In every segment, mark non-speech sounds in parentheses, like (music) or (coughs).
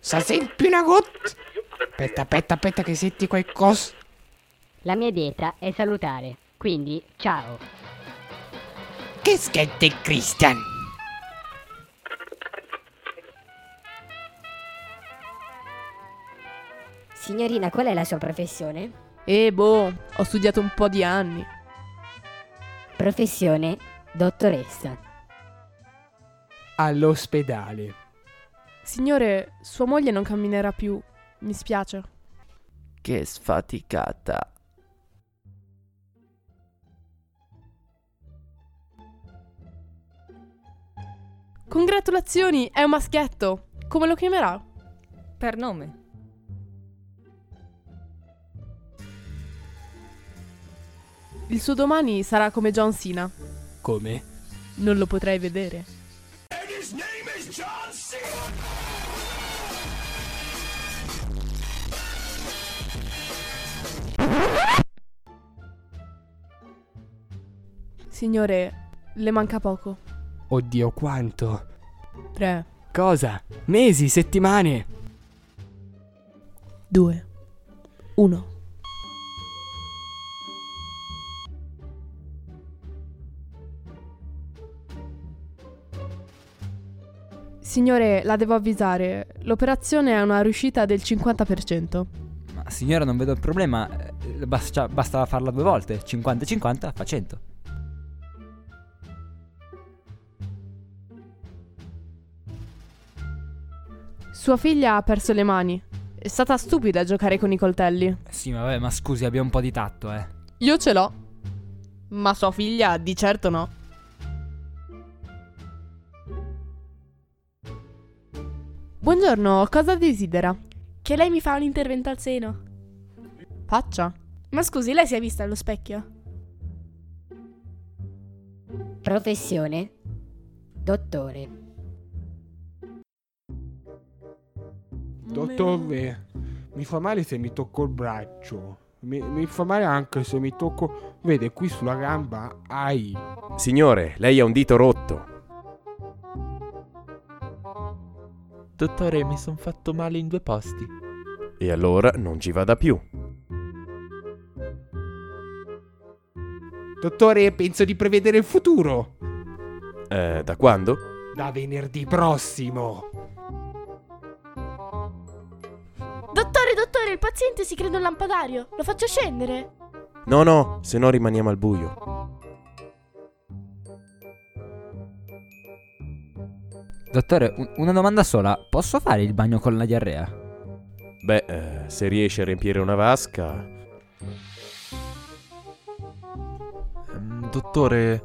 Se senti una gotta. Aspetta, aspetta, aspetta, che senti qualcosa. La mia dieta è salutare, quindi ciao. Che schetti, Christian? Signorina, qual è la sua professione? E boh, ho studiato un po' di anni. Professione dottoressa. All'ospedale. Signore, sua moglie non camminerà più. Mi spiace. Che sfaticata. Congratulazioni, è un maschietto. Come lo chiamerà? Per nome. Il suo domani sarà come John Cena. Come? Non lo potrai vedere. Signore, le manca poco. Oddio, quanto. Tre, Cosa? Mesi, settimane. due, uno. Signore, la devo avvisare. L'operazione è una riuscita del 50%. Ma signora, non vedo il problema. eh, Basta, basta farla due volte. 50-50 fa 100. Sua figlia ha perso le mani. È stata stupida a giocare con i coltelli. Eh Sì, ma vabbè, ma scusi, abbia un po' di tatto, eh. Io ce l'ho. Ma sua figlia di certo no. Buongiorno, cosa desidera? Che lei mi fa un intervento al seno. Faccia. Ma scusi, lei si è vista allo specchio? Professione dottore. Dottore, mi fa male se mi tocco il braccio. Mi, mi fa male anche se mi tocco. Vede, qui sulla gamba hai. Signore, lei ha un dito rotto. Dottore, mi son fatto male in due posti. E allora non ci vada più. Dottore, penso di prevedere il futuro. Eh, da quando? Da venerdì prossimo. Dottore, dottore, il paziente si crede un lampadario. Lo faccio scendere. No, no, se no rimaniamo al buio. Dottore, un- una domanda sola. Posso fare il bagno con la diarrea? Beh, eh, se riesce a riempire una vasca. Ehm, dottore,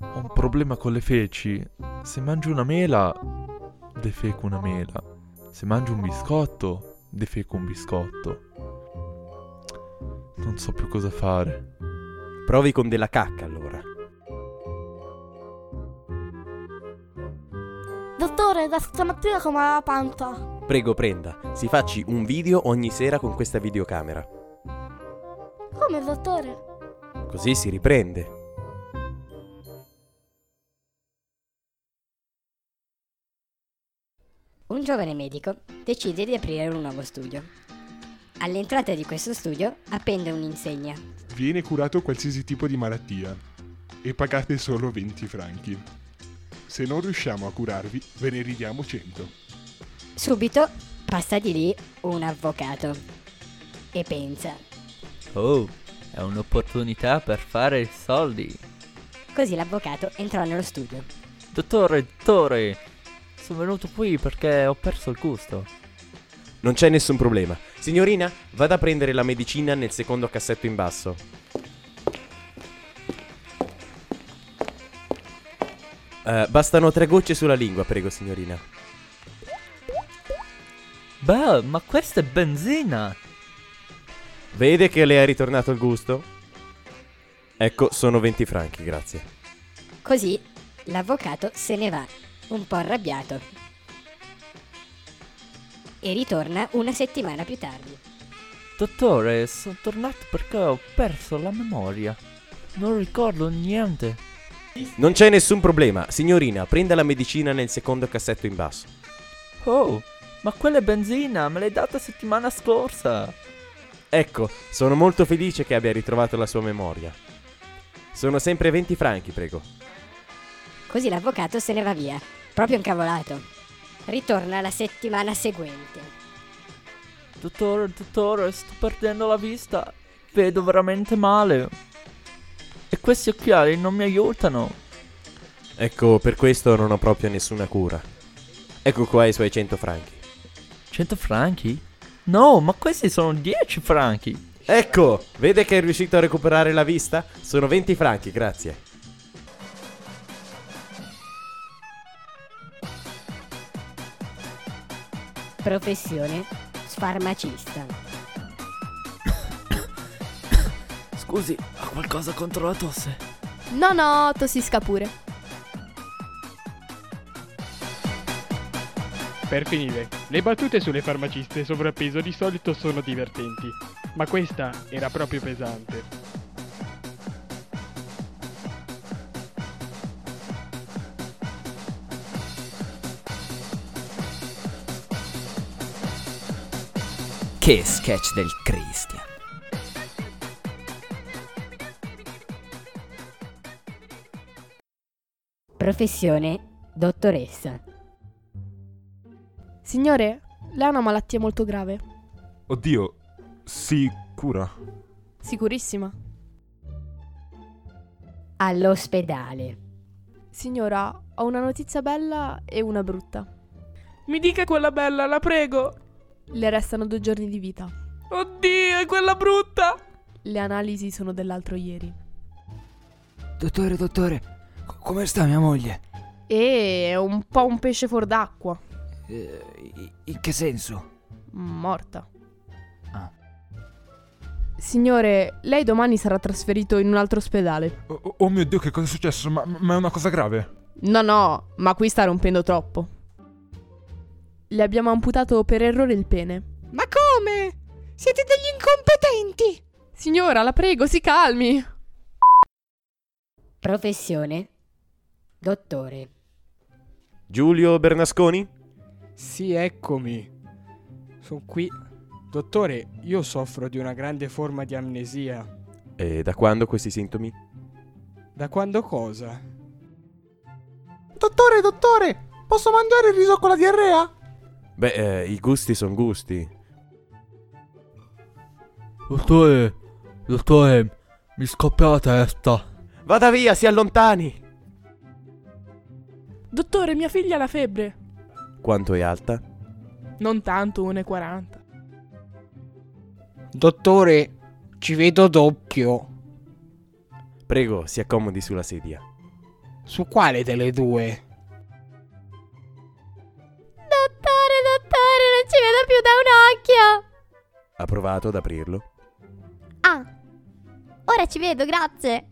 ho un problema con le feci. Se mangio una mela, defeco una mela. Se mangio un biscotto, defeco un biscotto. Non so più cosa fare. Provi con della cacca allora. Dottore, da stamattina come la panta. Prego, prenda. Si facci un video ogni sera con questa videocamera. Come, dottore? Così si riprende. Un giovane medico decide di aprire un nuovo studio. All'entrata di questo studio appende un'insegna. Viene curato qualsiasi tipo di malattia e pagate solo 20 franchi. Se non riusciamo a curarvi, ve ne ridiamo 100. Subito passa di lì un avvocato e pensa. Oh, è un'opportunità per fare soldi. Così l'avvocato entrò nello studio. Dottore, dottore, sono venuto qui perché ho perso il gusto. Non c'è nessun problema. Signorina, vada a prendere la medicina nel secondo cassetto in basso. Eh, bastano tre gocce sulla lingua, prego, signorina. Beh, ma questa è benzina! Vede che le è ritornato il gusto? Ecco, sono 20 franchi, grazie. Così l'avvocato se ne va, un po' arrabbiato. E ritorna una settimana più tardi. Dottore, sono tornato perché ho perso la memoria. Non ricordo niente. Non c'è nessun problema. Signorina, prenda la medicina nel secondo cassetto in basso. Oh, Ma quella è benzina, me l'hai data settimana scorsa. Ecco, sono molto felice che abbia ritrovato la sua memoria. Sono sempre 20 franchi, prego. Così l'avvocato se ne va via, proprio incavolato. Ritorna la settimana seguente. Dottore, dottore, sto perdendo la vista. Vedo veramente male. E questi occhiali non mi aiutano. Ecco, per questo non ho proprio nessuna cura. Ecco qua i suoi 100 franchi. 100 franchi? No, ma questi sono 10 franchi. Ecco, vede che è riuscito a recuperare la vista? Sono 20 franchi, grazie. Professione sfarmacista. Scusi, ha qualcosa contro la tosse? No, no, tossisca pure. Per finire, le battute sulle farmaciste sovrappeso di solito sono divertenti, ma questa era proprio pesante. Che sketch del Christian. Professione dottoressa. Signore, lei ha una malattia molto grave. Oddio, si cura. Sicurissima. All'ospedale. Signora, ho una notizia bella e una brutta. Mi dica quella bella, la prego. Le restano due giorni di vita. Oddio, è quella brutta. Le analisi sono dell'altro ieri. Dottore, dottore, co- come sta mia moglie? E è un po' un pesce fuor d'acqua. Eh, i- in che senso? Morta. Signore, lei domani sarà trasferito in un altro ospedale. Oh, oh- oh mio Dio, che cosa è successo? Ma, ma è una cosa grave. No, no, ma qui sta rompendo troppo. Le abbiamo amputato per errore il pene. Ma come? Siete degli incompetenti! Signora, la prego, si calmi. Professione dottore. Giulio Bernasconi? Sì, eccomi. Sono qui. Dottore, io soffro di una grande forma di amnesia. E da quando questi sintomi? Da quando cosa? Dottore, dottore, posso mangiare il riso con la diarrea? Beh, eh, i gusti sono gusti. Dottore, dottore, mi scoppia la testa. Vada via, si allontani! Dottore, mia figlia ha la febbre. Quanto è alta? Non tanto, 1,40. Dottore, ci vedo doppio. Prego, si accomodi sulla sedia. Su quale delle due? Dottore, dottore, non ci vedo più da un occhio. Ha provato ad aprirlo? Ah, ora ci vedo, grazie.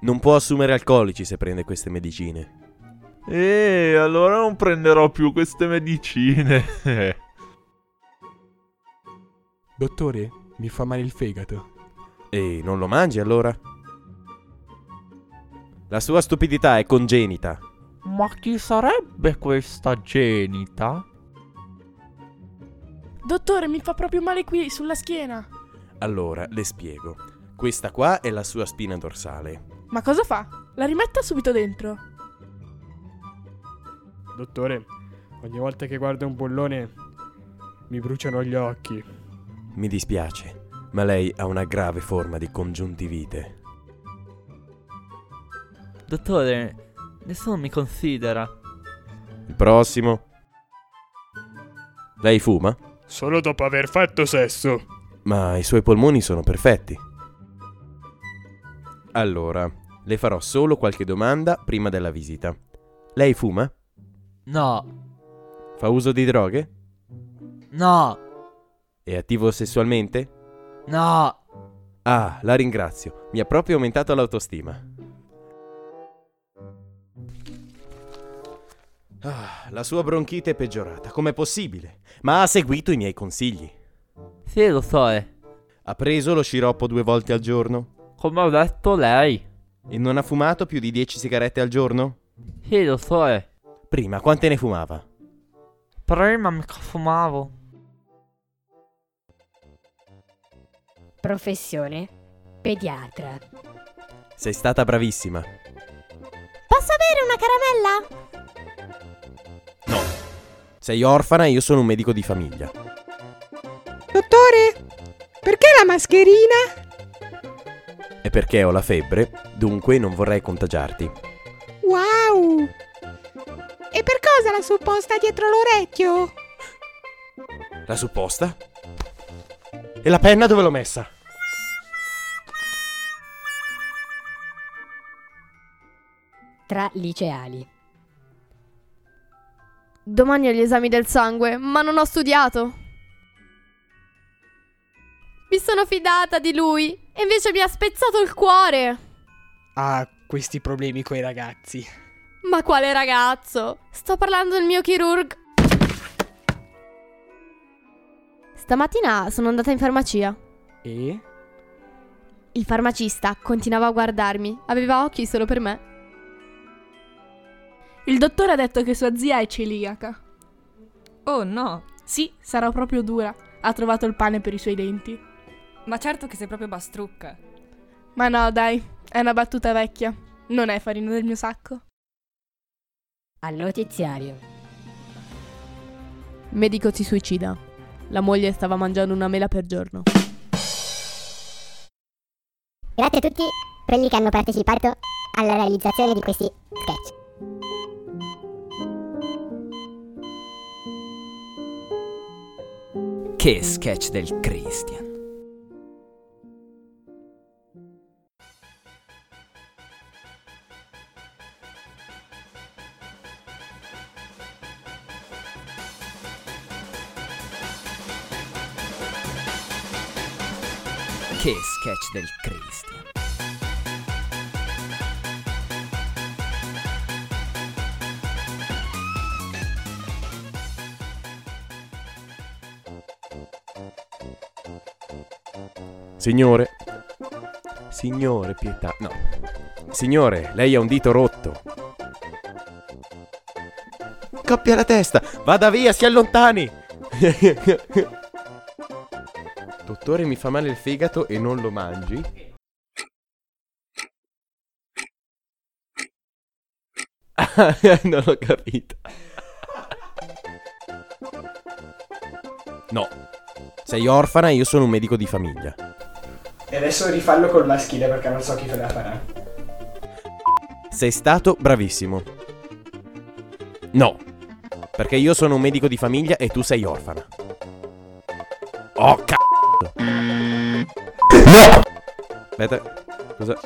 Non può assumere alcolici se prende queste medicine. E allora non prenderò più queste medicine. Dottore, mi fa male il fegato. E non lo mangi allora? La sua stupidità è congenita. (laughs) Ma chi sarebbe questa genita? Dottore, mi fa proprio male qui, sulla schiena. Allora, le spiego. Questa qua è la sua spina dorsale. Ma cosa fa? La rimetta subito dentro. Dottore, ogni volta che guardo un bollone mi bruciano gli occhi. Mi dispiace, ma lei ha una grave forma di congiuntivite. Dottore, nessuno mi considera. Il prossimo. Lei fuma? Solo dopo aver fatto sesso. Ma i suoi polmoni sono perfetti. Allora, le farò solo qualche domanda prima della visita. Lei fuma? No, Fa uso di droghe? no, È attivo sessualmente? no. Ah, la ringrazio. Mi ha proprio aumentato l'autostima. Ah, la sua bronchite è peggiorata, com'è possibile? Ma ha seguito i miei consigli. Sì, eh. dottore. Ha preso lo sciroppo due volte al giorno? Come ho detto lei. E non ha fumato più di 10 sigarette al giorno? Sì, dottore. Prima, quante ne fumava? Prima mi fumavo. Professione? Pediatra. Sei stata bravissima. Posso avere una caramella? Sei orfana e io sono un medico di famiglia. Dottore, perché la mascherina? E perché ho la febbre, dunque non vorrei contagiarti. Wow! E per cosa la supposta dietro l'orecchio? La supposta? E la penna dove l'ho messa? Tra liceali. Domani ho gli esami del sangue, ma non ho studiato. Mi sono fidata di lui e invece mi ha spezzato il cuore. Ah, questi problemi coi ragazzi. Ma quale ragazzo? Sto parlando del mio chirurgo. Stamattina sono andata in farmacia. E? Il farmacista continuava a guardarmi, aveva occhi solo per me. Il dottore ha detto che sua zia è celiaca. Oh no. Sì, sarà proprio dura. Ha trovato il pane per i suoi denti. Ma certo che sei proprio bastrucca. Ma no, dai, è una battuta vecchia. Non è farina del mio sacco. Al notiziario. Medico si suicida. La moglie stava mangiando una mela per giorno. Grazie a tutti quelli che hanno partecipato alla realizzazione di questi sketch. Che sketch del Christian. Che sketch del Christian. Signore. Signore, pietà. No. Signore, lei ha un dito rotto. Coppia la testa. Vada via, si allontani. (laughs) Dottore, mi fa male il fegato e non lo mangi? (laughs) Ah, non l'ho capito. No. Sei orfana e io sono un medico di famiglia. E adesso rifallo col maschile perché non so chi te la farà. Sei stato bravissimo. No. Perché io sono un medico di famiglia e tu sei orfana. Oh cazzo. No. Aspetta. Cosa?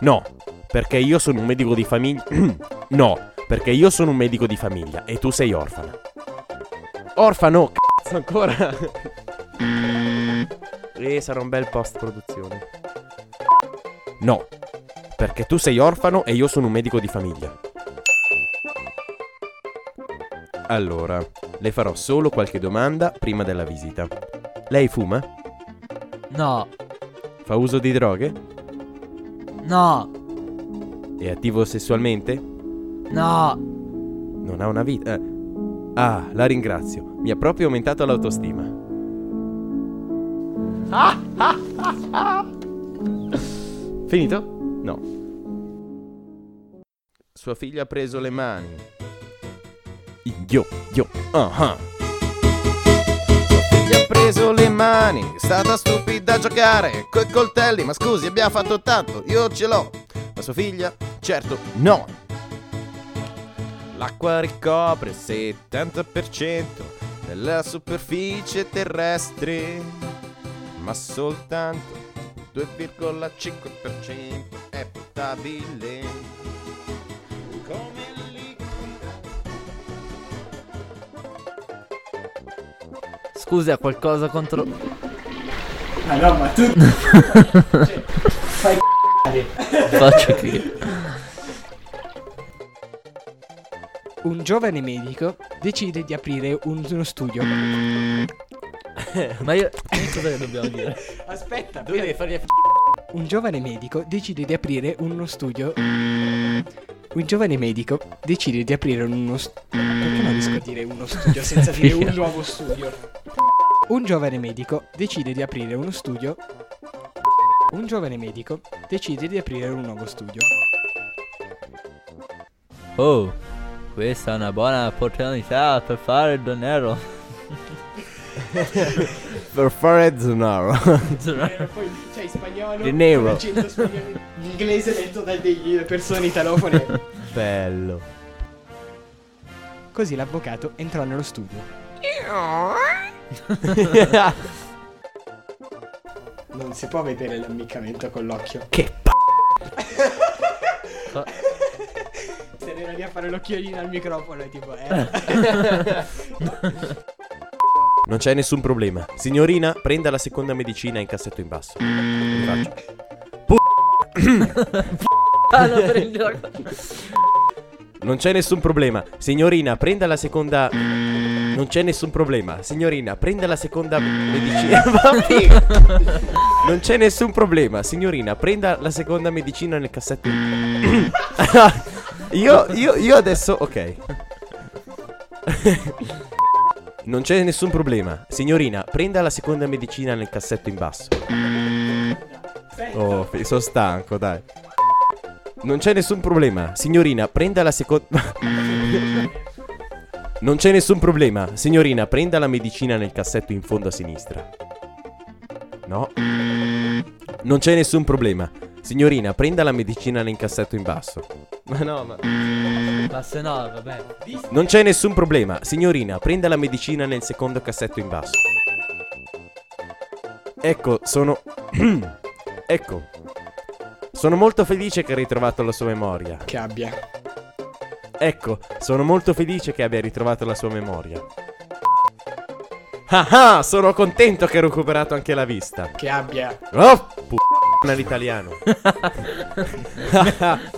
No. Perché io sono un medico di famiglia. (clears throat) no. Perché io sono un medico di famiglia e tu sei orfana. Orfano, cazzo ancora. (laughs) e sarà un bel post produzione. No. Perché tu sei orfano e io sono un medico di famiglia. Allora, le farò solo qualche domanda prima della visita. Lei fuma? No, Fa uso di droghe? no, È attivo sessualmente? no. Non ha una vita. eh. Ah, la ringrazio. Mi ha proprio aumentato l'autostima. Ah! Finito? No. Sua figlia ha preso le mani. Yo, yo, ah ah. Sua figlia ha preso le mani, è stata stupida a giocare coi coltelli, ma scusi abbiamo fatto tanto, io ce l'ho. Ma sua figlia, certo, no. L'acqua ricopre il 70% della superficie terrestre, ma soltanto il 2,5% è potabile. Come Scusi, ha qualcosa contro... Ah no, ma (laughs) tu... Cioè, fai c***ale. (laughs) Faccio che... Un giovane medico decide di aprire un- uno studio. Ma io... Cosa dobbiamo dire? (laughs) Aspetta, devi fare Un giovane medico decide di aprire uno studio. un giovane medico decide di aprire uno st- perché non riesco a dire uno studio senza dire un nuovo studio. Un giovane medico decide di aprire uno studio. Un giovane medico decide di aprire un nuovo studio. Oh, questa è una buona opportunità per fare denaro. (laughs) per fare Zonaro. Poi c'è in spagnolo. De Niro. un accento spagnolo, in inglese detto da delle persone italofone. Bello. Così l'avvocato entrò nello studio. (laughs) Non si può vedere l'ammiccamento con l'occhio. Che p. (laughs) Se ne lì a fare l'occhiolino al microfono, e tipo, (laughs) eh. Non c'è nessun problema. Signorina, prenda la seconda medicina in cassetto in basso. Mi faccio. Pu- Ah, no, (laughs) prendi la... Non c'è nessun problema. Signorina, prenda la seconda. Non c'è nessun problema. Signorina, prenda la seconda medicina. (laughs) Vabbè. Non c'è nessun problema. Signorina, prenda la seconda medicina nel cassetto. (coughs) io, io, io adesso. Ok. (laughs) Non c'è nessun problema. Signorina, prenda la seconda medicina nel cassetto in basso. Oh, fi- sono stanco, dai. Non c'è nessun problema. Signorina, prenda la seconda. (laughs) non c'è nessun problema. Signorina, prenda la medicina nel cassetto in fondo a sinistra. No. Non c'è nessun problema. Signorina, prenda la medicina nel cassetto in basso. Ma no, ma... Ma se no, vabbè. (laughs) (laughs) Non c'è nessun problema. Signorina, prenda la medicina nel secondo cassetto in basso. Ecco, sono... (clears throat) ecco. Sono molto felice che ha ritrovato la sua memoria. Che abbia. Ecco, sono molto felice che abbia ritrovato la sua memoria. Ah ah, sono contento che ha recuperato anche la vista. Che abbia. Oh, p***a l'italiano.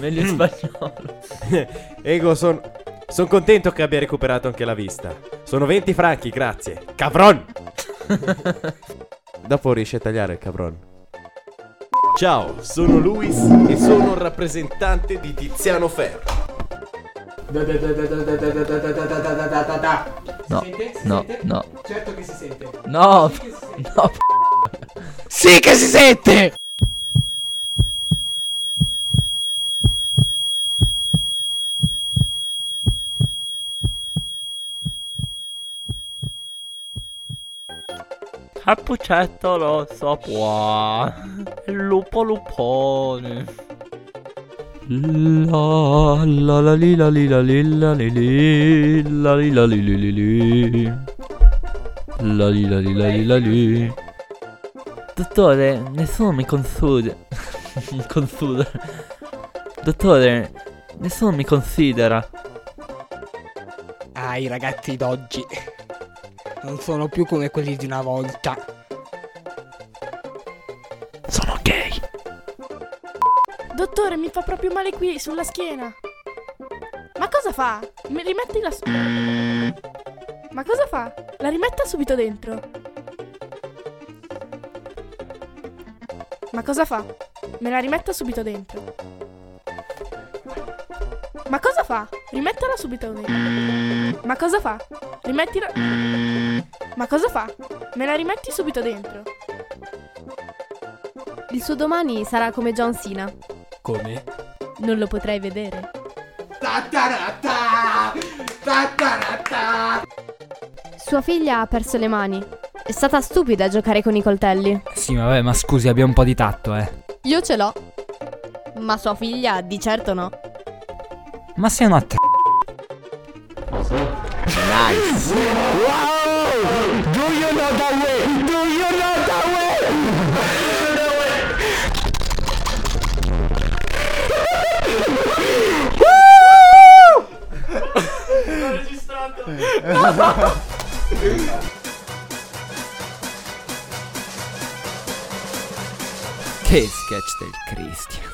Meglio in spagnolo. Ego, sono... Sono contento che abbia recuperato anche la vista. Sono 20 franchi, grazie. Cavron! Dopo riesci a tagliare il cavron. Ciao, sono Luis e sono il rappresentante di Tiziano Ferro. Da da da da da da da da da da da da da da da da. No, Si sente? Si no, sente? no. Certo che si sente. No, Sì che si sente. no. p- Sì che si sente! Cappuccetto lo so qua. Lupo lupone. La la la li la li la li la li li la li la li li li li la li la li la li la li Dottore, nessuno mi consude. (laughs) consuda. Dottore, nessuno mi considera. Ah, i ragazzi d'oggi. Non sono più come quelli di una volta. Sono gay. Dottore, mi fa proprio male qui, sulla schiena. Ma cosa fa? Mi rimetti la... Ma cosa fa? La rimetta subito dentro. Ma cosa fa? Me la rimetta subito dentro. Ma cosa fa? Rimettila subito dentro. Ma cosa fa? Rimettila... Ma cosa fa? Me la rimetti subito dentro. Il suo domani sarà come John Cena. Come? Non lo potrai vedere. Sua figlia ha perso le mani. È stata stupida a giocare con i coltelli. Sì, vabbè, ma scusi, abbia un po' di tatto, eh. Io ce l'ho. Ma sua figlia di certo no. Ma sei una t- Nice. Wow! Do you know the way? Do you know the way? Che sketch del Cristian.